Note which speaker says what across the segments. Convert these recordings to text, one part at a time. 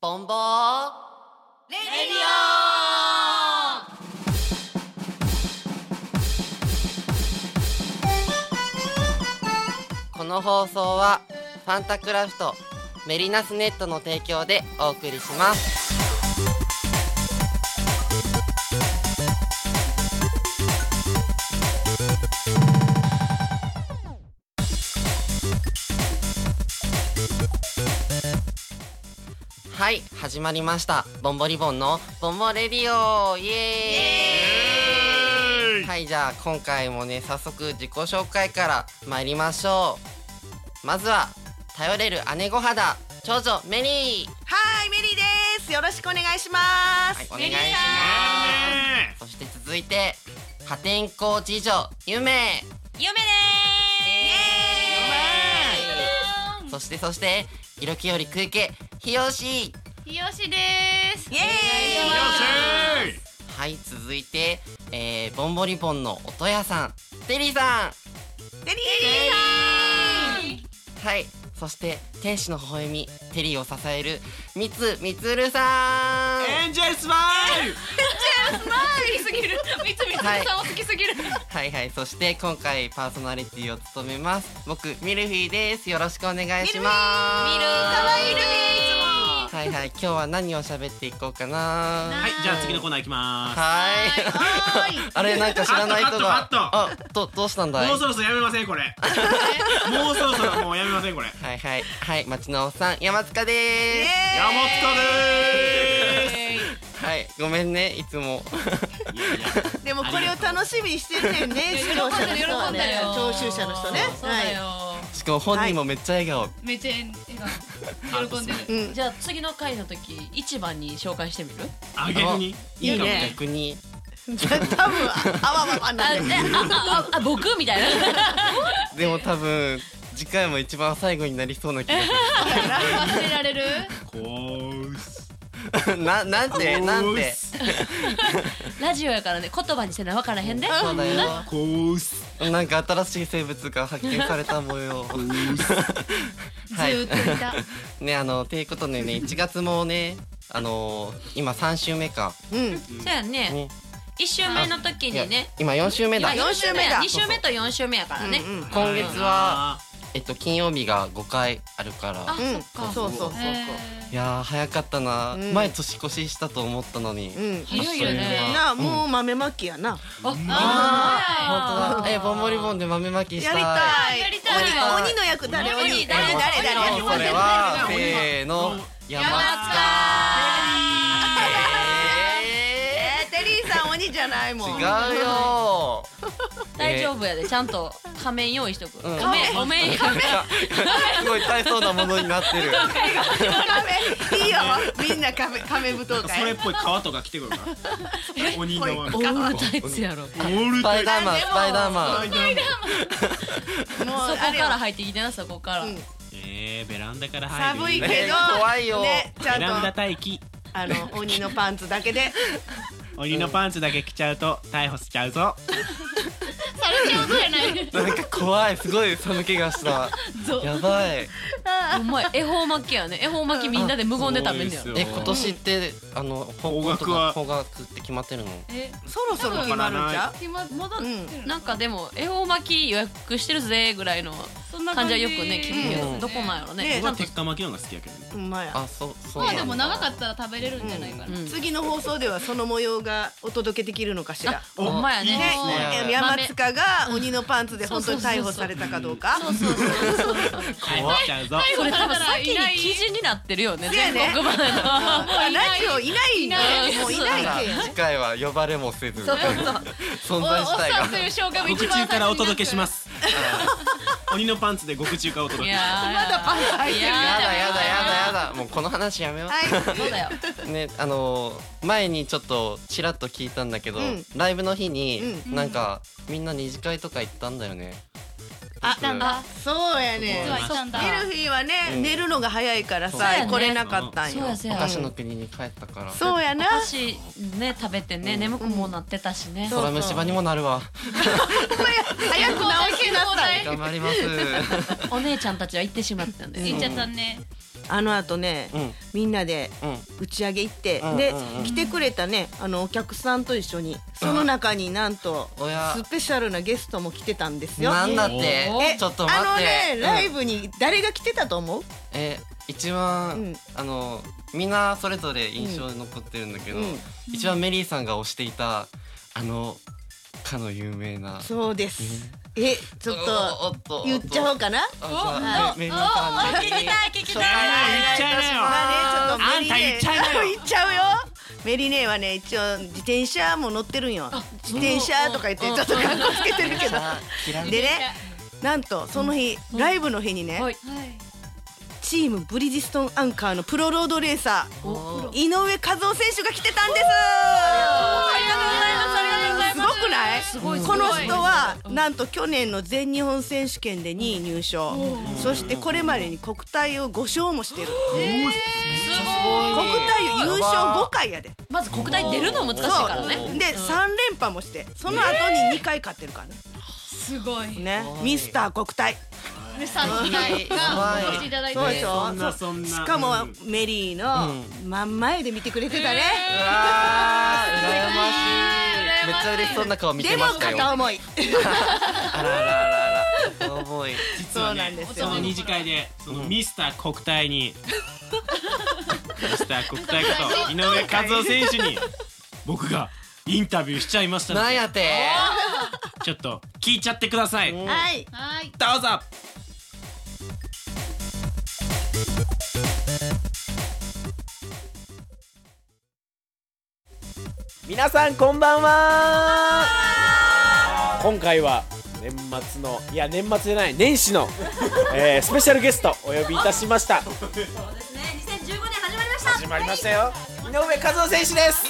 Speaker 1: ボンボーレディオこの放送はファンタクラフトメリナスネットの提供でお送りしますはい始まりましたボンボリボンのボンボレディオイエーイはいじゃあ今回もね早速自己紹介から参りましょうまずは頼れる姉御肌長女メリー
Speaker 2: はい、メリーです。よろしくお願いしま
Speaker 1: はい
Speaker 2: す。
Speaker 1: お願いしますそして続いて破天荒次女ゆめ
Speaker 3: ゆめでー
Speaker 1: そしてそして色気より食い気ひよし
Speaker 3: すひよしです
Speaker 2: イエーイ
Speaker 3: お願いし
Speaker 1: はい続いて、えー、ボンボリボンの音屋さんテリーさん
Speaker 2: メリー
Speaker 1: はいそして天使の微笑みテリーを支えるみつみつるさん
Speaker 4: エンジェルスマイル
Speaker 3: ます好きすぎるみつみつるさんも好きすぎる
Speaker 1: はいはいそして今回パーソナリティを務めます僕ミルフィーですよろしくお願いしますミル
Speaker 3: いい
Speaker 1: はいはい今日は何を喋っていこうかな
Speaker 4: はい、じゃあ次のコーナー行きま
Speaker 1: はいあれなんか知らない人が
Speaker 4: あったあ
Speaker 1: あどどうしたんだ
Speaker 4: す。
Speaker 1: い
Speaker 4: もうそろそろやめませんこれ。もうそろそろもうやめませんこれ。
Speaker 1: はいはいはい町のおっさん山塚で
Speaker 2: イエ
Speaker 1: ー
Speaker 2: ーイ
Speaker 4: 山本です。
Speaker 1: すはいごめんねいつも
Speaker 4: いやいや
Speaker 2: でもこれを楽しみにしてるねんね、視聴者の人はね、聴衆者の人ね。
Speaker 3: そう
Speaker 2: は
Speaker 3: だ
Speaker 2: い。
Speaker 3: よ
Speaker 1: しかも本人もめっちゃ笑顔、
Speaker 3: めっちゃ笑顔喜んでる
Speaker 2: うん、
Speaker 5: じゃあ次の回の時一番に紹介してみる
Speaker 4: あ逆に
Speaker 2: いい
Speaker 4: かも
Speaker 2: ね
Speaker 1: 逆に
Speaker 2: 多 分あわわわなんで。
Speaker 5: ああ僕みたいな
Speaker 1: でも多分次回も一番最後になりそうな気が
Speaker 3: 忘れられる
Speaker 4: こうす。
Speaker 1: する ななんてなんて
Speaker 5: ラジオやからね言葉にせなわからへんで
Speaker 1: そうだよ
Speaker 4: こうす。
Speaker 1: なんか新しい生物が発見された模様
Speaker 3: ず
Speaker 1: はい
Speaker 3: ーっといた
Speaker 1: ねあのていうことでね1月もねあの今3週目か、
Speaker 2: うん、
Speaker 5: そうやんね
Speaker 1: ね、
Speaker 5: 一週目の時
Speaker 1: いや
Speaker 5: にね
Speaker 1: 今4週目だ
Speaker 5: 今四
Speaker 2: 四週目だ
Speaker 5: 二週目と四週目やからね
Speaker 2: うんうん
Speaker 1: 今月はえっと金曜日が5回あるか
Speaker 5: あ
Speaker 1: ら
Speaker 2: うん、
Speaker 5: そっか
Speaker 2: そうそうそうそう。
Speaker 3: え
Speaker 1: いやー早かったな、
Speaker 2: うん
Speaker 1: 前年越ししたと思ったのに、
Speaker 2: うん。
Speaker 3: ー早いよ
Speaker 1: あ
Speaker 3: ね
Speaker 2: なあ、もう豆まきやな。
Speaker 1: 本当だえボンボリボンで豆まきした
Speaker 2: や
Speaker 1: い
Speaker 2: りたい。
Speaker 3: やりたい
Speaker 2: 鬼鬼の役誰？
Speaker 3: 鬼
Speaker 2: 鬼
Speaker 3: 誰
Speaker 2: 誰誰誰？
Speaker 1: これはせーの山塚
Speaker 2: えー、テリーさん鬼じゃないもん。
Speaker 1: 違う よ
Speaker 5: 大丈夫やでちゃんと仮面用意しとく
Speaker 1: うん
Speaker 5: ごめんごめん
Speaker 1: えー すごい大層なものになって る
Speaker 2: 亀いいよみんな亀亀舞踏会
Speaker 4: それっぽい川とか来てくるから。鬼の
Speaker 5: オールタイツやろそこ
Speaker 4: オール
Speaker 1: スパイダーマンスパイダーマン
Speaker 2: もうあれよ
Speaker 5: から入ってきてなそこから
Speaker 2: うん
Speaker 4: えーベランダから入る。
Speaker 2: 寒いけど、
Speaker 1: ね怖いよ
Speaker 2: ね、ち
Speaker 4: ベラン
Speaker 2: ゃ
Speaker 4: ダ
Speaker 2: んと
Speaker 4: 待機。
Speaker 2: あの鬼のパンツだけで
Speaker 4: 鬼のパンツだけ着ちゃうと逮捕しちゃうぞ。
Speaker 3: されちゃうぞやない
Speaker 1: なんか怖いすごい寒気が したやばい
Speaker 5: お前恵方巻きやね恵方巻きみんなで無言で食べんだよ
Speaker 1: え今年ってあの方向と
Speaker 4: 方角
Speaker 1: か
Speaker 4: は
Speaker 1: 方角って決まってるの
Speaker 5: え
Speaker 2: そろそろ決まるんちゃう
Speaker 3: 今まだ
Speaker 2: うん
Speaker 5: なんかでも恵方巻き予約してるぜぐらいの
Speaker 3: そんな
Speaker 5: 感
Speaker 3: 感
Speaker 5: じ
Speaker 3: じ
Speaker 5: はよくね聞くけど、
Speaker 1: うん
Speaker 5: どこなんやろね
Speaker 2: ね
Speaker 4: 僕
Speaker 5: ちゃ
Speaker 4: は
Speaker 5: んと
Speaker 4: 鉄火巻きの方が好きやけどね。
Speaker 2: ほんまや
Speaker 1: あそうそう
Speaker 3: ま
Speaker 1: な
Speaker 3: あ
Speaker 1: んだ
Speaker 3: でも長かったら食べれるんじゃないかな、
Speaker 5: うん
Speaker 2: 次の放送ではその模様がお届けできるのかしら
Speaker 5: ほんまや
Speaker 1: い
Speaker 2: ね
Speaker 5: ね
Speaker 1: いですね
Speaker 2: 山塚が鬼のパンツで本当に逮捕されたかどうか
Speaker 5: そうそうそうそう
Speaker 4: 逮捕しちゃうぞ。
Speaker 5: それ多分先
Speaker 3: いない
Speaker 5: に記事になってるよね
Speaker 2: そうや
Speaker 5: 全
Speaker 2: ね
Speaker 5: 国 版の
Speaker 2: まあラジオいない
Speaker 3: ない
Speaker 2: もういないけ
Speaker 1: 次回は呼ばれもせず存
Speaker 3: おお
Speaker 1: 在自体
Speaker 3: っ
Speaker 1: が
Speaker 3: さんという紹介も一
Speaker 4: 獄
Speaker 3: 番最初
Speaker 4: 中
Speaker 3: に
Speaker 4: からお届けします。鬼のパンツで獄中からお届
Speaker 5: い
Speaker 4: け。
Speaker 5: や
Speaker 4: は
Speaker 5: まだパンツ
Speaker 3: いてる
Speaker 1: やだやだやだやだもうこの話やめよう、
Speaker 2: はい
Speaker 5: そうだよ
Speaker 1: ねあのー前にちょっとちらっと聞いたんだけど、
Speaker 2: うん
Speaker 1: ライブの日に、
Speaker 3: うん
Speaker 1: なんかみんな二次会とか行ったんだよね
Speaker 2: あ
Speaker 1: なんだ
Speaker 2: そうや
Speaker 4: 実
Speaker 2: ね
Speaker 4: はい
Speaker 3: たんだ
Speaker 2: ミルフィーはね
Speaker 1: うん
Speaker 2: 寝るのが早いから
Speaker 1: そう
Speaker 5: や
Speaker 2: さ
Speaker 5: ね
Speaker 2: 来れなかったん
Speaker 5: そう
Speaker 2: よ
Speaker 5: やそう
Speaker 1: お
Speaker 5: や
Speaker 1: 菓子の国に帰ったから
Speaker 2: そうやな
Speaker 5: 私ね食べてね眠くもなってたしね
Speaker 1: そら虫歯にもなるわ
Speaker 2: 早く直しなさい
Speaker 1: 頑張ります
Speaker 5: お姉ちゃんたちは行ってしまったんだよ
Speaker 3: 言っ
Speaker 5: ね
Speaker 3: ちゃったね
Speaker 2: あの後ね、
Speaker 1: うん
Speaker 2: みんなで
Speaker 1: うん
Speaker 2: 打ち上げ行って、
Speaker 1: うん
Speaker 2: で、
Speaker 1: うんうん
Speaker 2: 来てくれたねあのお客さんと一緒にその中になんと
Speaker 1: おや
Speaker 2: スペシャルなゲストも来てたんですよ。
Speaker 1: なんだって
Speaker 5: お
Speaker 2: え
Speaker 1: ちょっと待って
Speaker 2: あのね、
Speaker 1: うん
Speaker 2: ライブに誰が来てたと思う？
Speaker 1: え一番、
Speaker 2: うん
Speaker 1: あのみんなそれぞれ印象に残ってるんだけど、
Speaker 2: うん
Speaker 1: 一番メリーさんが推していたあのかの有名な
Speaker 2: そうです。え、ちょっ
Speaker 1: お
Speaker 2: と
Speaker 1: おっと
Speaker 2: 言っちゃおうかな。
Speaker 1: おっと
Speaker 3: お
Speaker 1: あ
Speaker 3: お
Speaker 1: メリーさんに
Speaker 3: たい聞き
Speaker 1: 紹介
Speaker 2: まあね、ちょっとメ
Speaker 4: あ
Speaker 2: リーネ
Speaker 4: んた言っちゃいなよ
Speaker 2: 言っちゃうよ。メリーネはね、一応自転車も乗ってるんよ。自転車とか言ってちょっと格好つけてるけど。
Speaker 1: お願いします
Speaker 2: でね、なんとその日、ライブの日にね、
Speaker 5: はい
Speaker 2: チームブリヂストンアンカーのプロロードレーサー
Speaker 1: お
Speaker 2: 井上和夫選手が来てたんです。すごくない
Speaker 5: すごいすご
Speaker 2: こ
Speaker 5: い
Speaker 2: の人はなんと去年の全日本選手権で2位入賞そしてこれまでに国体を5勝もしてる国体を優勝5回やで
Speaker 5: まず国体出るの難しいからね
Speaker 2: で3連覇もしてその後に2回勝ってるからね
Speaker 3: すごい
Speaker 2: ね
Speaker 1: すごい
Speaker 2: ミスター国体
Speaker 3: でさんがお越しいただいて
Speaker 2: そうでし
Speaker 4: そ
Speaker 2: ょ
Speaker 4: んな
Speaker 2: そ
Speaker 4: そんな
Speaker 2: しかもメリーの真ん前で見てくれてたね
Speaker 1: うわー羨ましい
Speaker 3: えー羨ましい
Speaker 1: めっちゃ嬉しそうな顔見て
Speaker 2: でも
Speaker 1: ましたよ
Speaker 2: 片思い
Speaker 1: あららららら重い
Speaker 4: 実
Speaker 2: そう
Speaker 4: は
Speaker 2: な
Speaker 4: ね
Speaker 2: んです
Speaker 4: そ
Speaker 2: よ
Speaker 4: の二次会でそのミスター国体に、 ミスター国体こと井上和夫選手に僕がインタビューしちゃいましたの
Speaker 1: なん
Speaker 4: で
Speaker 1: やて
Speaker 4: ちょっと聞いちゃってください、どう
Speaker 2: はい
Speaker 3: はい
Speaker 4: ぞ
Speaker 6: 皆さんこんばんは今回は年末のいや年末じゃない年始の、えースペシャルゲストお呼びいたしましたそうですね2015年始まりました始まりましたよ井上和夫選手です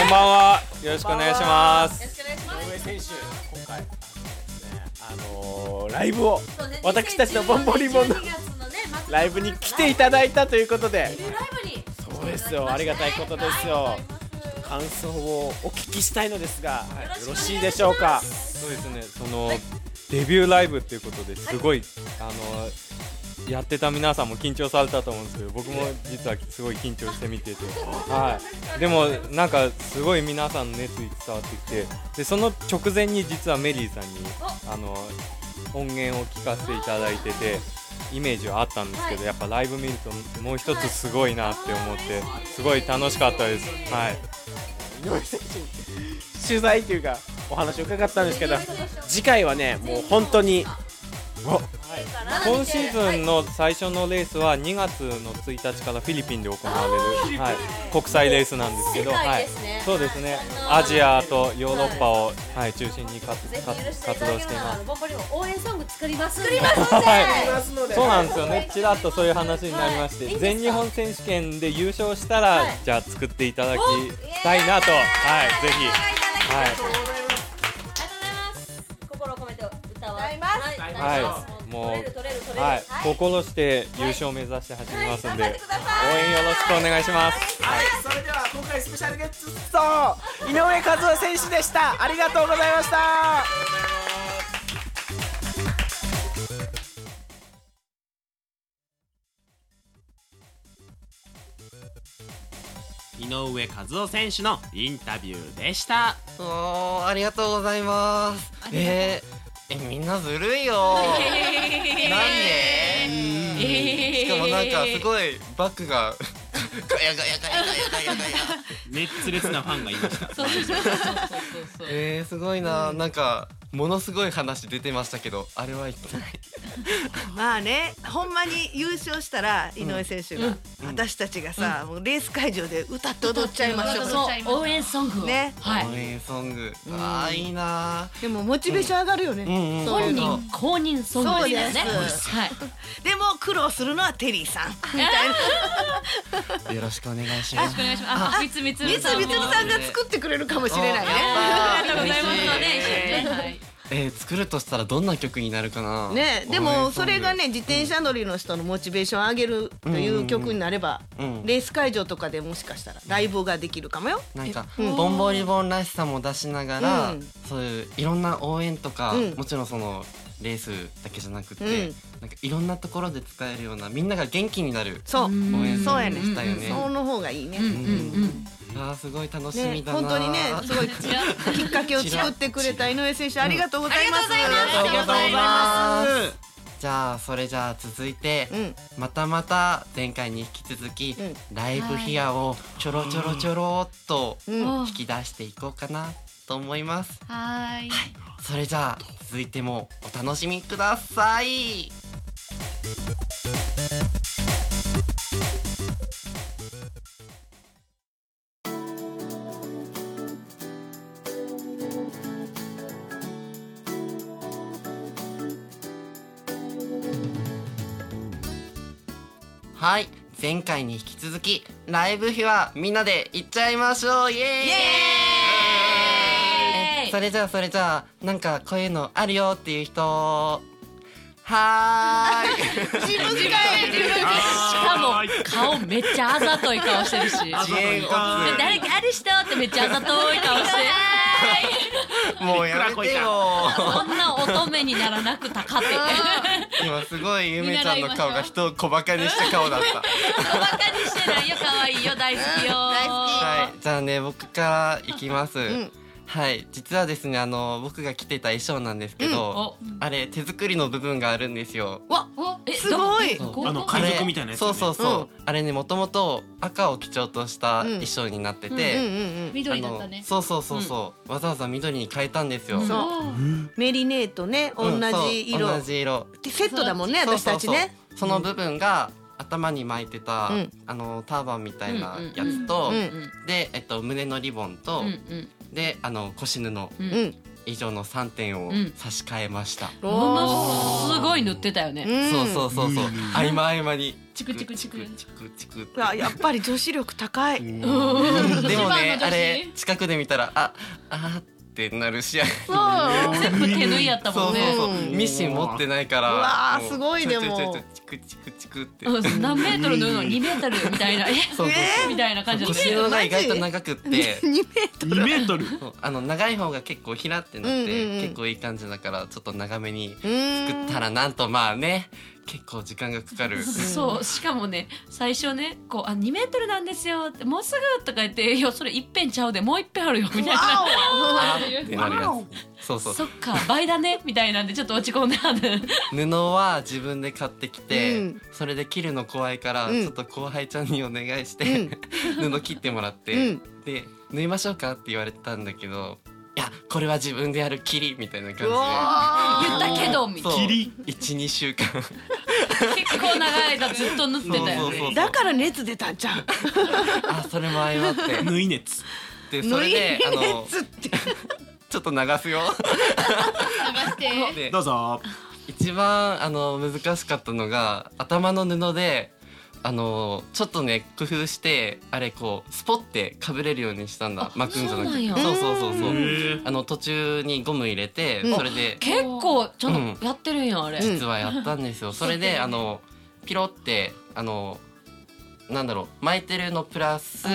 Speaker 7: こんばんは。よろしくお願いします。
Speaker 6: 井上選手今回あのーライブを私たちのボンボリボンのライブに来ていただいたということでそうですよありがたいことですよ感想をお聞きしたいのですが、はいよろしいでしょうか
Speaker 7: そうですね。その、デビューライブっていうことですごい、あのやってた皆さんも緊張されたと思うんですけど、僕も実はすごい緊張して見てて、はい。でもなんかすごい皆さんの熱意伝わってきて、でその直前に実はメリーさんにあの音源を聞かせていただいてて。イメージはあったんですけど、やっぱライブ見るともう一つすごいなって思って、すごい楽しかったです。はい。
Speaker 6: 井上選手に取材というかお話を伺ったんですけど次回はねもう本当に
Speaker 7: 今シーズンの最初のレースは2月の1日からフィリピンで行われる、はい、国際レースなんですけど、はい、そうですねアジアとヨーロッパを、はい、中心に活活活動しています。
Speaker 8: ボンボリボン応援ソング作ります。
Speaker 7: はい
Speaker 6: ますので
Speaker 7: そうなんですよね、ちらっとそういう話になりまして、
Speaker 8: はいいいんですか
Speaker 7: 全日本選手権で優勝したら、じゃあ作っていただきたいなと、はい、ぜひ、はい、
Speaker 8: 心を込めて歌を。
Speaker 7: はい、も
Speaker 8: 取れる取れる取
Speaker 7: う、
Speaker 8: れる。
Speaker 7: はい、心して優勝を目指して走りますんで、応援よろしくお願いします。
Speaker 6: はい、それでは今回スペシャルゲスト井上和夫選手でしたありがとうございました
Speaker 4: 井上和夫選手のインタビューでした
Speaker 1: おーありがとうございますえー、えみんなずるいよ なんでしかもなんかすごいバックがガヤガヤガヤガヤガヤガヤ
Speaker 4: 熱烈なファンがいました
Speaker 5: そうそうそうそうそうそう
Speaker 1: えー、すごいな、なんかものすごい話出てましたけどあれは一体
Speaker 2: まあねほんまに優勝したら井上選手が、私たちがさ、もうレース会場で歌って踊っちゃいましょう
Speaker 5: そう応援ソングを
Speaker 2: ね
Speaker 5: はい
Speaker 1: 応援ソング、ああいいな
Speaker 2: でもモチベーション上がるよね、
Speaker 1: んうん
Speaker 2: そうい
Speaker 5: 本
Speaker 2: うの
Speaker 5: 人公認ソングですね
Speaker 2: そうです
Speaker 5: はい
Speaker 2: でも苦労するのはテリーさんみたいな
Speaker 1: よろしくお願いし
Speaker 5: よろ
Speaker 1: ま
Speaker 5: し
Speaker 1: す
Speaker 5: くお願いしますあみつみつ
Speaker 2: 三
Speaker 5: る
Speaker 2: つ
Speaker 5: さんも
Speaker 2: みつるさんが作ってくれるかもしれないね
Speaker 5: ありがとうございますので一緒にねはい
Speaker 1: えー、作るとしたらどんな曲になるかな
Speaker 2: ね、でもそれが
Speaker 1: ね
Speaker 2: ね自転車乗りの人のモチベーションを上げるという曲になれば、
Speaker 1: うん
Speaker 2: レース会場とかでもしかしたらライブができるかもよ。
Speaker 1: なんかボンボリボンらしさも出しながら、
Speaker 2: うん
Speaker 1: そういういろんな応援とか、
Speaker 2: うん
Speaker 1: もちろんそのレースだけじゃなくて、
Speaker 2: うん
Speaker 1: なんかいろんなところで使えるようなみんなが元気になる
Speaker 2: そう、
Speaker 1: 応援
Speaker 2: そうやね
Speaker 1: したよね、
Speaker 2: その方がいいね。
Speaker 5: うんうん
Speaker 1: あーすごい楽し
Speaker 2: ね
Speaker 1: み、だな、
Speaker 2: 本当にね、すごいきっかけを作ってくれた井上選手、ありがとうございます。
Speaker 1: ありがとうございます
Speaker 2: ありがとうございます。
Speaker 1: じゃあそれじゃあ続いて、
Speaker 2: うん
Speaker 1: またまた前回に引き続き、
Speaker 2: うん
Speaker 1: ライブヒアをちょろちょろちょろっと
Speaker 2: うん
Speaker 1: 引き出していこうかなと思います
Speaker 3: はーい。
Speaker 1: それじゃあ続いてもお楽しみくださいはい前回に引き続きライブ日はみんなで行っちゃいましょうイエーイ
Speaker 5: イエーイ
Speaker 1: それじゃあそれじゃあなんかこういうのあるよっていう人はーい
Speaker 2: 自分で帰る
Speaker 5: しかも顔めっちゃあざとい顔してるし
Speaker 1: 自演オ
Speaker 5: 誰かある人ってめっちゃあざとい顔して
Speaker 1: ツもうやめてよ
Speaker 5: こんな乙女にならなくたかって
Speaker 1: 今すごいゆめちゃんの顔が人を小馬鹿にした顔だった
Speaker 5: 小バカにしてないよ可愛いよ大好きよ
Speaker 1: はい、じゃあね僕からいきます、
Speaker 2: ん
Speaker 1: はい実はですねあの僕が着てた衣装なんですけど、あれ手作りの部分があるんですよ
Speaker 5: わえ
Speaker 2: すごい
Speaker 5: どこ
Speaker 4: あの
Speaker 1: あれ
Speaker 4: 海賊みたいなやつね
Speaker 1: そうそうそう、あれねもともと赤を基調とした衣装になってて、
Speaker 2: うんうんうん
Speaker 3: 緑
Speaker 1: あ
Speaker 3: だっ
Speaker 1: の
Speaker 3: たね。
Speaker 1: そうそうそうそう、わざわざ緑に変えたんですよ、うん、
Speaker 2: そうメリネーとね、同じ色。
Speaker 1: そう同じ色
Speaker 2: セットだもんね、私たち
Speaker 1: そうそう
Speaker 2: ね。
Speaker 1: そうその部分が頭に巻いてた、
Speaker 2: うん
Speaker 1: あのターバンみたいなやつと、
Speaker 2: うんうん
Speaker 1: で、えっと、胸のリボンと、であの腰布の
Speaker 5: う
Speaker 2: うんん。
Speaker 1: 以上の3点を
Speaker 5: うん
Speaker 1: 差し替えました、
Speaker 5: ものすごい塗ってたよね
Speaker 2: ん
Speaker 1: そうそうそうそう、合間合間に
Speaker 3: チクチクチク
Speaker 1: チクチク
Speaker 2: うわやっぱり女子力高い。
Speaker 1: でもね
Speaker 3: 一番の女子
Speaker 1: あれ近くで見たらああーってなる試合
Speaker 5: 全部手縫いやった
Speaker 1: そ
Speaker 5: もん
Speaker 1: う
Speaker 5: ね
Speaker 1: そうそうミシン持ってないから
Speaker 2: うわー
Speaker 1: も
Speaker 2: すごいでも
Speaker 1: ちょいちょいちょいチクチクチクって
Speaker 5: うん何メートル縫うの2メートルみたいなえ
Speaker 1: そうそう
Speaker 2: え
Speaker 5: みたいな感じだった
Speaker 1: 腰
Speaker 5: ね
Speaker 1: のが意外と長くって
Speaker 2: 二名
Speaker 4: 2メートル
Speaker 1: そうあの長い方が結構ひらってなって、
Speaker 2: うんうんうん
Speaker 1: 結構いい感じだからちょっと長めに
Speaker 2: うーん
Speaker 1: 作ったらなんとまあね結構時間がかかる
Speaker 5: そうしかもね最初ねこうあ2メートルなんですよってもうすぐとか言っていやそれいっぺんちゃうでもういっぺんあるよみたいな
Speaker 2: わ
Speaker 1: あーってなるやつそうそう
Speaker 5: そっか倍だねみたいなんでちょっと落ち込んだ
Speaker 1: 布は自分で買ってきて、
Speaker 2: うん
Speaker 1: それで切るの怖いから、
Speaker 2: うん
Speaker 1: ちょっと後輩ちゃんにお願いして、 布切ってもらって、
Speaker 2: うん
Speaker 1: で縫いましょうかって言われたんだけどいやこれは自分でやる切りみたいな
Speaker 2: おう
Speaker 1: 感
Speaker 2: わ
Speaker 5: 言ったけどみ
Speaker 1: じ
Speaker 5: た
Speaker 1: で
Speaker 5: い
Speaker 1: そう
Speaker 4: 切り
Speaker 1: 12週間
Speaker 5: な結構長い間ずっと塗ってたよね
Speaker 2: ーだから熱出たんじゃん。
Speaker 1: あそれも相まって
Speaker 4: 縫い熱
Speaker 1: でそ
Speaker 2: 縫
Speaker 1: れ
Speaker 2: い
Speaker 1: であの
Speaker 2: 熱って。
Speaker 1: ちょっと流すよ
Speaker 3: 流して。
Speaker 1: で
Speaker 4: どうぞ
Speaker 1: 一番あの難しかったのが頭の布であのちょっとね工夫してあれこうスポってかぶれるようにしたんだ
Speaker 5: あ
Speaker 1: 巻くんじゃなくて
Speaker 5: そう
Speaker 1: そ
Speaker 5: な
Speaker 1: うそうそうそう
Speaker 4: へ
Speaker 1: あの途中にゴム入れて
Speaker 2: うん
Speaker 1: それで
Speaker 5: 結構ちゃんとやってるんやあれ、
Speaker 2: うん
Speaker 1: 実はやったんですよそれであのピロってあのなんだろう巻いてるのプラス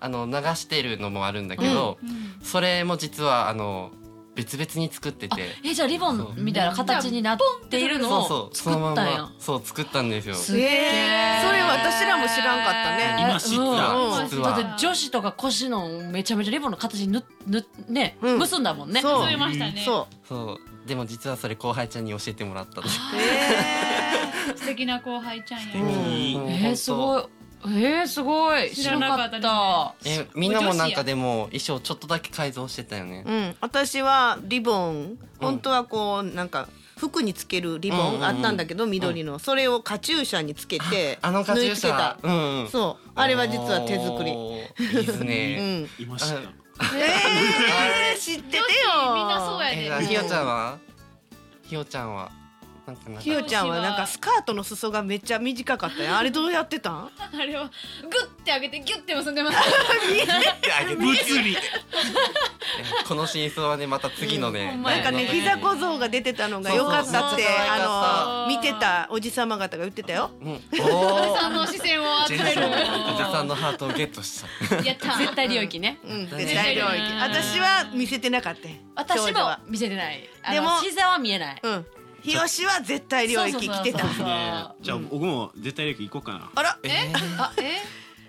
Speaker 1: あの流してるのもあるんだけどそれも実はあの別々に作って
Speaker 5: あ
Speaker 1: て。
Speaker 5: えじゃあリボンみたいな形になっているの
Speaker 1: そうそ
Speaker 5: を
Speaker 1: うそ
Speaker 5: 作
Speaker 1: のま
Speaker 5: っ
Speaker 1: ん
Speaker 5: たんや
Speaker 1: まそう作ったんですよ
Speaker 5: すっげ
Speaker 2: え
Speaker 5: え
Speaker 2: ーそれ私らも知らんかったね
Speaker 4: 今知った
Speaker 5: うん
Speaker 1: 実
Speaker 5: だっ
Speaker 1: は
Speaker 5: て女子とか腰のめちゃめちゃリボンの形にぬぬね、
Speaker 2: うん
Speaker 5: 結んだもんね
Speaker 2: そう
Speaker 3: そう言いましたね。
Speaker 2: そ
Speaker 1: そうでも実はそれ後輩ちゃんに教えてもらったの
Speaker 2: う。え
Speaker 3: 素敵な後輩ちゃんや。
Speaker 4: いい
Speaker 1: うん
Speaker 5: えー、すごいえー、すごい知
Speaker 3: 知ら
Speaker 5: らな
Speaker 3: な
Speaker 5: か
Speaker 3: か
Speaker 5: っ
Speaker 3: ったた
Speaker 1: えみんなもなんかでも衣装ちょっとだけ改造してたよね
Speaker 2: ーうん。私はリボン本当はこうなんか。服につけるリボンがあったんだけど、緑のそれをカチューシャにつけて
Speaker 1: あのカチュー
Speaker 2: 縫い
Speaker 1: シ
Speaker 2: 付け
Speaker 1: ャ
Speaker 2: た、
Speaker 1: うんうん
Speaker 2: そうあれは実は手作りう
Speaker 1: おーいいですね
Speaker 2: ん
Speaker 4: 今知った
Speaker 2: えー、知っててよ
Speaker 3: みんなそうや
Speaker 1: えー
Speaker 3: で。
Speaker 1: ひよちゃんはひよちゃんはなんかなんか
Speaker 2: ひよちゃんはなんかスカートの裾がめっちゃ短かったよあれどうやってたん
Speaker 3: あれはグッて上げてギュッて結んでます。
Speaker 4: 物理
Speaker 1: えこの真相はねまた次のね、
Speaker 5: うんほんま
Speaker 2: な
Speaker 5: や
Speaker 2: んかね
Speaker 1: また
Speaker 2: 膝小僧が出てたのが良かったって
Speaker 1: そうそうそう
Speaker 2: あの見てたおじさま方が言ってたよ
Speaker 1: うん、おー
Speaker 3: さんの視線を集
Speaker 1: ジェ
Speaker 3: め
Speaker 1: ン
Speaker 3: る
Speaker 1: さん。おじさんのハートをゲットした
Speaker 3: やった。
Speaker 5: 絶対領域ね
Speaker 2: うん
Speaker 1: 絶対
Speaker 2: 絶対領域
Speaker 3: うん
Speaker 2: 私は見せてなかったよ
Speaker 5: 私
Speaker 2: 少
Speaker 5: も
Speaker 2: 女は
Speaker 5: 見せてない
Speaker 2: で
Speaker 5: で
Speaker 2: も
Speaker 5: も膝は見えない、
Speaker 2: うん日吉は絶対領域来てた
Speaker 5: そうそうそうそう
Speaker 4: ねじゃあ僕も絶対力行こうかな
Speaker 2: あら
Speaker 3: えあえ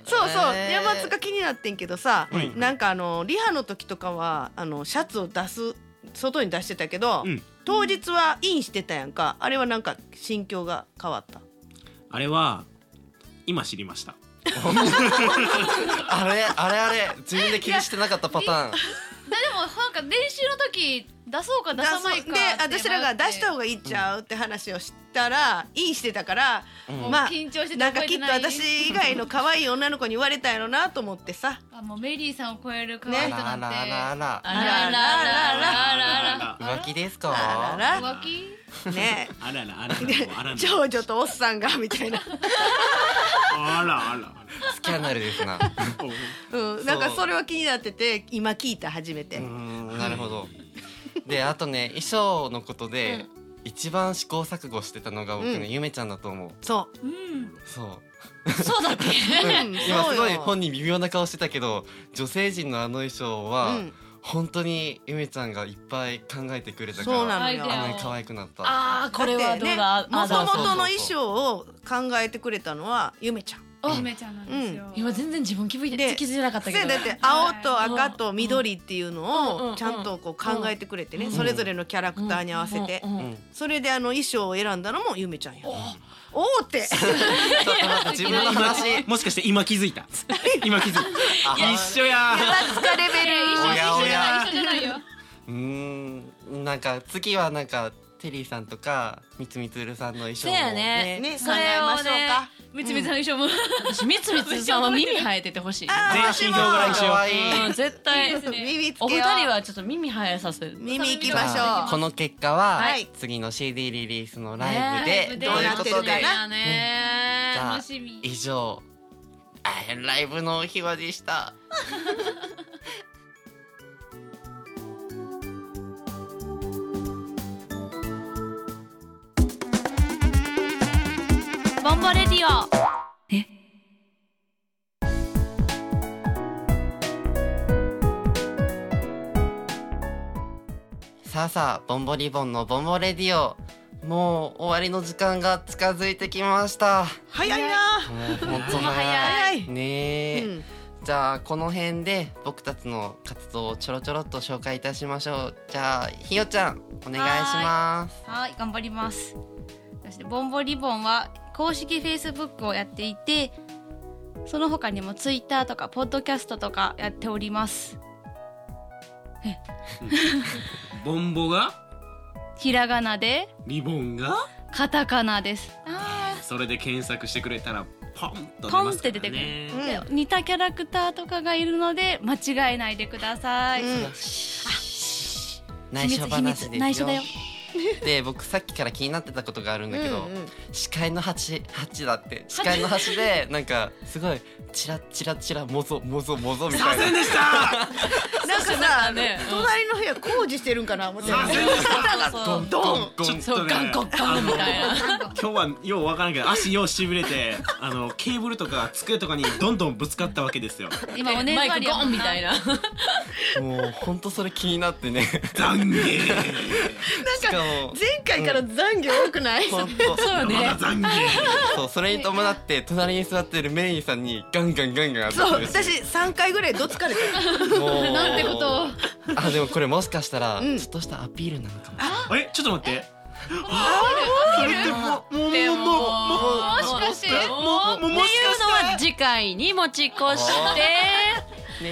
Speaker 2: そうそう、
Speaker 5: えー
Speaker 2: 山津が気になってんけどさ、
Speaker 4: はい
Speaker 2: なんかあのリハの時とかはあのシャツを出す外に出してたけど、
Speaker 4: うん
Speaker 2: 当日はインしてたやんかあれはなんか心境が変わった
Speaker 4: あれは今知りました
Speaker 1: あれあれあれ自分で気にしてなかったパターン
Speaker 3: だでもなんか練習の時出そうか出さないか
Speaker 2: で私らが出した方
Speaker 3: が
Speaker 2: がいいんちゃうって話をしたら、インしてたから、まあ
Speaker 3: 緊張してて
Speaker 2: なんか
Speaker 3: 覚えて
Speaker 2: きっと
Speaker 3: ない
Speaker 2: 私以外の可愛い女の子に言われたんやろなと思ってさ
Speaker 3: あもうメリーさんを超える可愛い人
Speaker 1: あら
Speaker 3: なんて
Speaker 1: らららら
Speaker 5: あらららららら。
Speaker 1: 浮気ですか
Speaker 2: あら
Speaker 3: 浮気
Speaker 2: らね
Speaker 4: あららあららあらら
Speaker 2: 長女とおっさんがみたいな、
Speaker 4: あらあら
Speaker 1: スキャナルですな
Speaker 2: うん、なんかそれは気になってて今聞いた初めて、
Speaker 1: なるほどであとね衣装のことで一番試行錯誤してたのが僕
Speaker 2: う
Speaker 1: ね
Speaker 2: ん
Speaker 1: ゆめちゃんだと思う
Speaker 2: そう
Speaker 1: そう
Speaker 5: そうだっけ
Speaker 2: うん
Speaker 1: 今
Speaker 2: そう
Speaker 1: す
Speaker 2: よ
Speaker 1: ごい本人微妙な顔してたけど女性陣のあの衣装は
Speaker 2: うん
Speaker 1: 本当にゆめちゃんがいっぱい考えてくれたから
Speaker 2: そうなのよ
Speaker 1: あんなに可愛くなった
Speaker 5: あーこれはどう
Speaker 2: だっ
Speaker 5: だ
Speaker 2: てね
Speaker 5: ま
Speaker 2: もと
Speaker 5: だ
Speaker 2: もとの衣装を考えてくれたのはゆめちゃん
Speaker 3: あめちゃんなんですよ、
Speaker 5: 今全然自分気づい
Speaker 2: で
Speaker 5: て気づいてなかっ
Speaker 2: せ
Speaker 5: たけ
Speaker 2: や
Speaker 5: ど
Speaker 2: だって青と赤と緑っていう
Speaker 5: うん
Speaker 2: の
Speaker 5: う
Speaker 2: を
Speaker 5: ん
Speaker 2: ちゃんとこう考えてくれてね
Speaker 5: うん
Speaker 2: それぞれのキャラクターに合わせて
Speaker 5: うんうん
Speaker 1: う
Speaker 5: うんん
Speaker 2: それであの衣装を選んだのもゆめちゃんやおおって
Speaker 1: ちょっと待って自分の話
Speaker 4: もしかして今気づいた今気づい
Speaker 1: あ
Speaker 4: た一緒や
Speaker 2: 疲れ
Speaker 3: いや一緒
Speaker 1: おやおや
Speaker 3: 一緒じゃないよ
Speaker 1: うーんなんか次はなんかテリーさんとかみつみつるさんの衣装
Speaker 5: そ
Speaker 1: を
Speaker 5: うやね
Speaker 2: ね
Speaker 5: それをね
Speaker 3: みつみつの衣装も
Speaker 5: 私みつみつさんは耳生えててほしい
Speaker 2: あ
Speaker 4: 全身表裏にしよ
Speaker 1: 可愛い
Speaker 5: うん絶対
Speaker 2: 耳つ
Speaker 5: お
Speaker 2: け
Speaker 5: 二
Speaker 2: よ
Speaker 5: 人
Speaker 2: う
Speaker 5: はちょっと耳生えさせる
Speaker 2: 耳行き
Speaker 1: じ
Speaker 2: まし
Speaker 1: ゃあこ
Speaker 2: ょう
Speaker 1: の結果は、
Speaker 2: はい
Speaker 1: 次の CD リリースのライブで、
Speaker 3: ね
Speaker 1: ということで
Speaker 2: ライブでどうなってるか
Speaker 3: だね
Speaker 1: じゃあ
Speaker 3: 楽しみ
Speaker 1: 以上あライブの秘話でした
Speaker 3: ボンボレディオ
Speaker 1: さあさあボンボリボンのボンボレディオもう終わりの時間が近づいてきました
Speaker 2: 早いな
Speaker 1: もう本当早いねえ、
Speaker 2: うん
Speaker 1: じゃあこの辺で僕たちの活動をちょろちょろっと紹介いたしましょうじゃあひよちゃんお願いします
Speaker 3: はい頑張りますそしてボンボリボンは公式 Facebook をやっていてその他にも Twitter とかポッドキャストとかやっております
Speaker 4: ボンボが
Speaker 3: ひらがなで
Speaker 4: リボンが
Speaker 3: カタカナです
Speaker 4: それで検索してくれたらポンと出
Speaker 3: ポン
Speaker 4: ま
Speaker 3: っ
Speaker 4: すから
Speaker 3: て出てく
Speaker 4: ね
Speaker 3: る、で似たキャラクターとかがいるので間違えないでください、
Speaker 2: うん
Speaker 1: 内緒話
Speaker 3: 秘密秘
Speaker 1: で
Speaker 3: 密
Speaker 1: すよ
Speaker 3: 内緒だよ
Speaker 1: で僕さっきから気になってたことがあるんだけど、
Speaker 2: うんうん
Speaker 1: 視界の端端だって視界の端でなんかすごいチラチラチラもぞもぞもぞみたいな
Speaker 2: なんかさ
Speaker 5: ねうん
Speaker 2: 隣の部屋工事してるんかな思って
Speaker 4: さすがで
Speaker 1: ドンドンドン
Speaker 4: ちょっとね
Speaker 5: そうガンコガンみたいな
Speaker 4: あの今日はようわからんけど足ようしびれてあのケーブルとか机とかにどんどんぶつかったわけですよ
Speaker 3: 今おねん
Speaker 5: マ
Speaker 3: ば
Speaker 5: イク
Speaker 3: り
Speaker 5: ゴンみたい
Speaker 3: な
Speaker 5: な
Speaker 1: もう本当それ気にな ってね
Speaker 4: 懺悔
Speaker 1: しかも
Speaker 2: 前回から懺悔多くない
Speaker 1: 本当
Speaker 5: そうよ
Speaker 4: ま
Speaker 5: ね
Speaker 4: だ懺悔
Speaker 1: そうそれに伴って隣に座ってるメインさんにガンガンガンガン
Speaker 2: そ
Speaker 1: 当
Speaker 2: う
Speaker 1: たって
Speaker 2: 私三回ぐらいどつかれてる
Speaker 1: るしもう
Speaker 3: なんてことを
Speaker 1: あでもこれもしかしたら
Speaker 2: うん
Speaker 1: ちょっとしたアピールなのかも
Speaker 4: えちょっと待って
Speaker 5: でもも
Speaker 3: もしかして
Speaker 5: もももっていうのは次回に持ち越して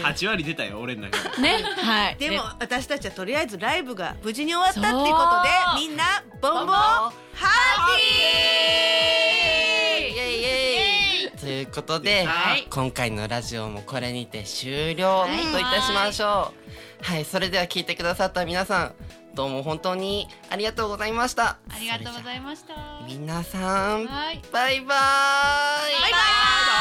Speaker 4: 8割出たよ俺の中で
Speaker 5: ねはい
Speaker 2: でも
Speaker 5: ね
Speaker 2: 私たちはとりあえずライブが無事に終わったっていうこと
Speaker 5: そう
Speaker 2: でみんなボンボンハッピー
Speaker 1: イエイイエイということで、
Speaker 5: はい
Speaker 1: 今回のラジオもこれにて終了といたしましょうはい、それでは聞いてくださった皆さんどうも本当にありがとうございました
Speaker 3: ありがとうございました
Speaker 1: 皆さん
Speaker 3: はい
Speaker 1: バイバイバイバイ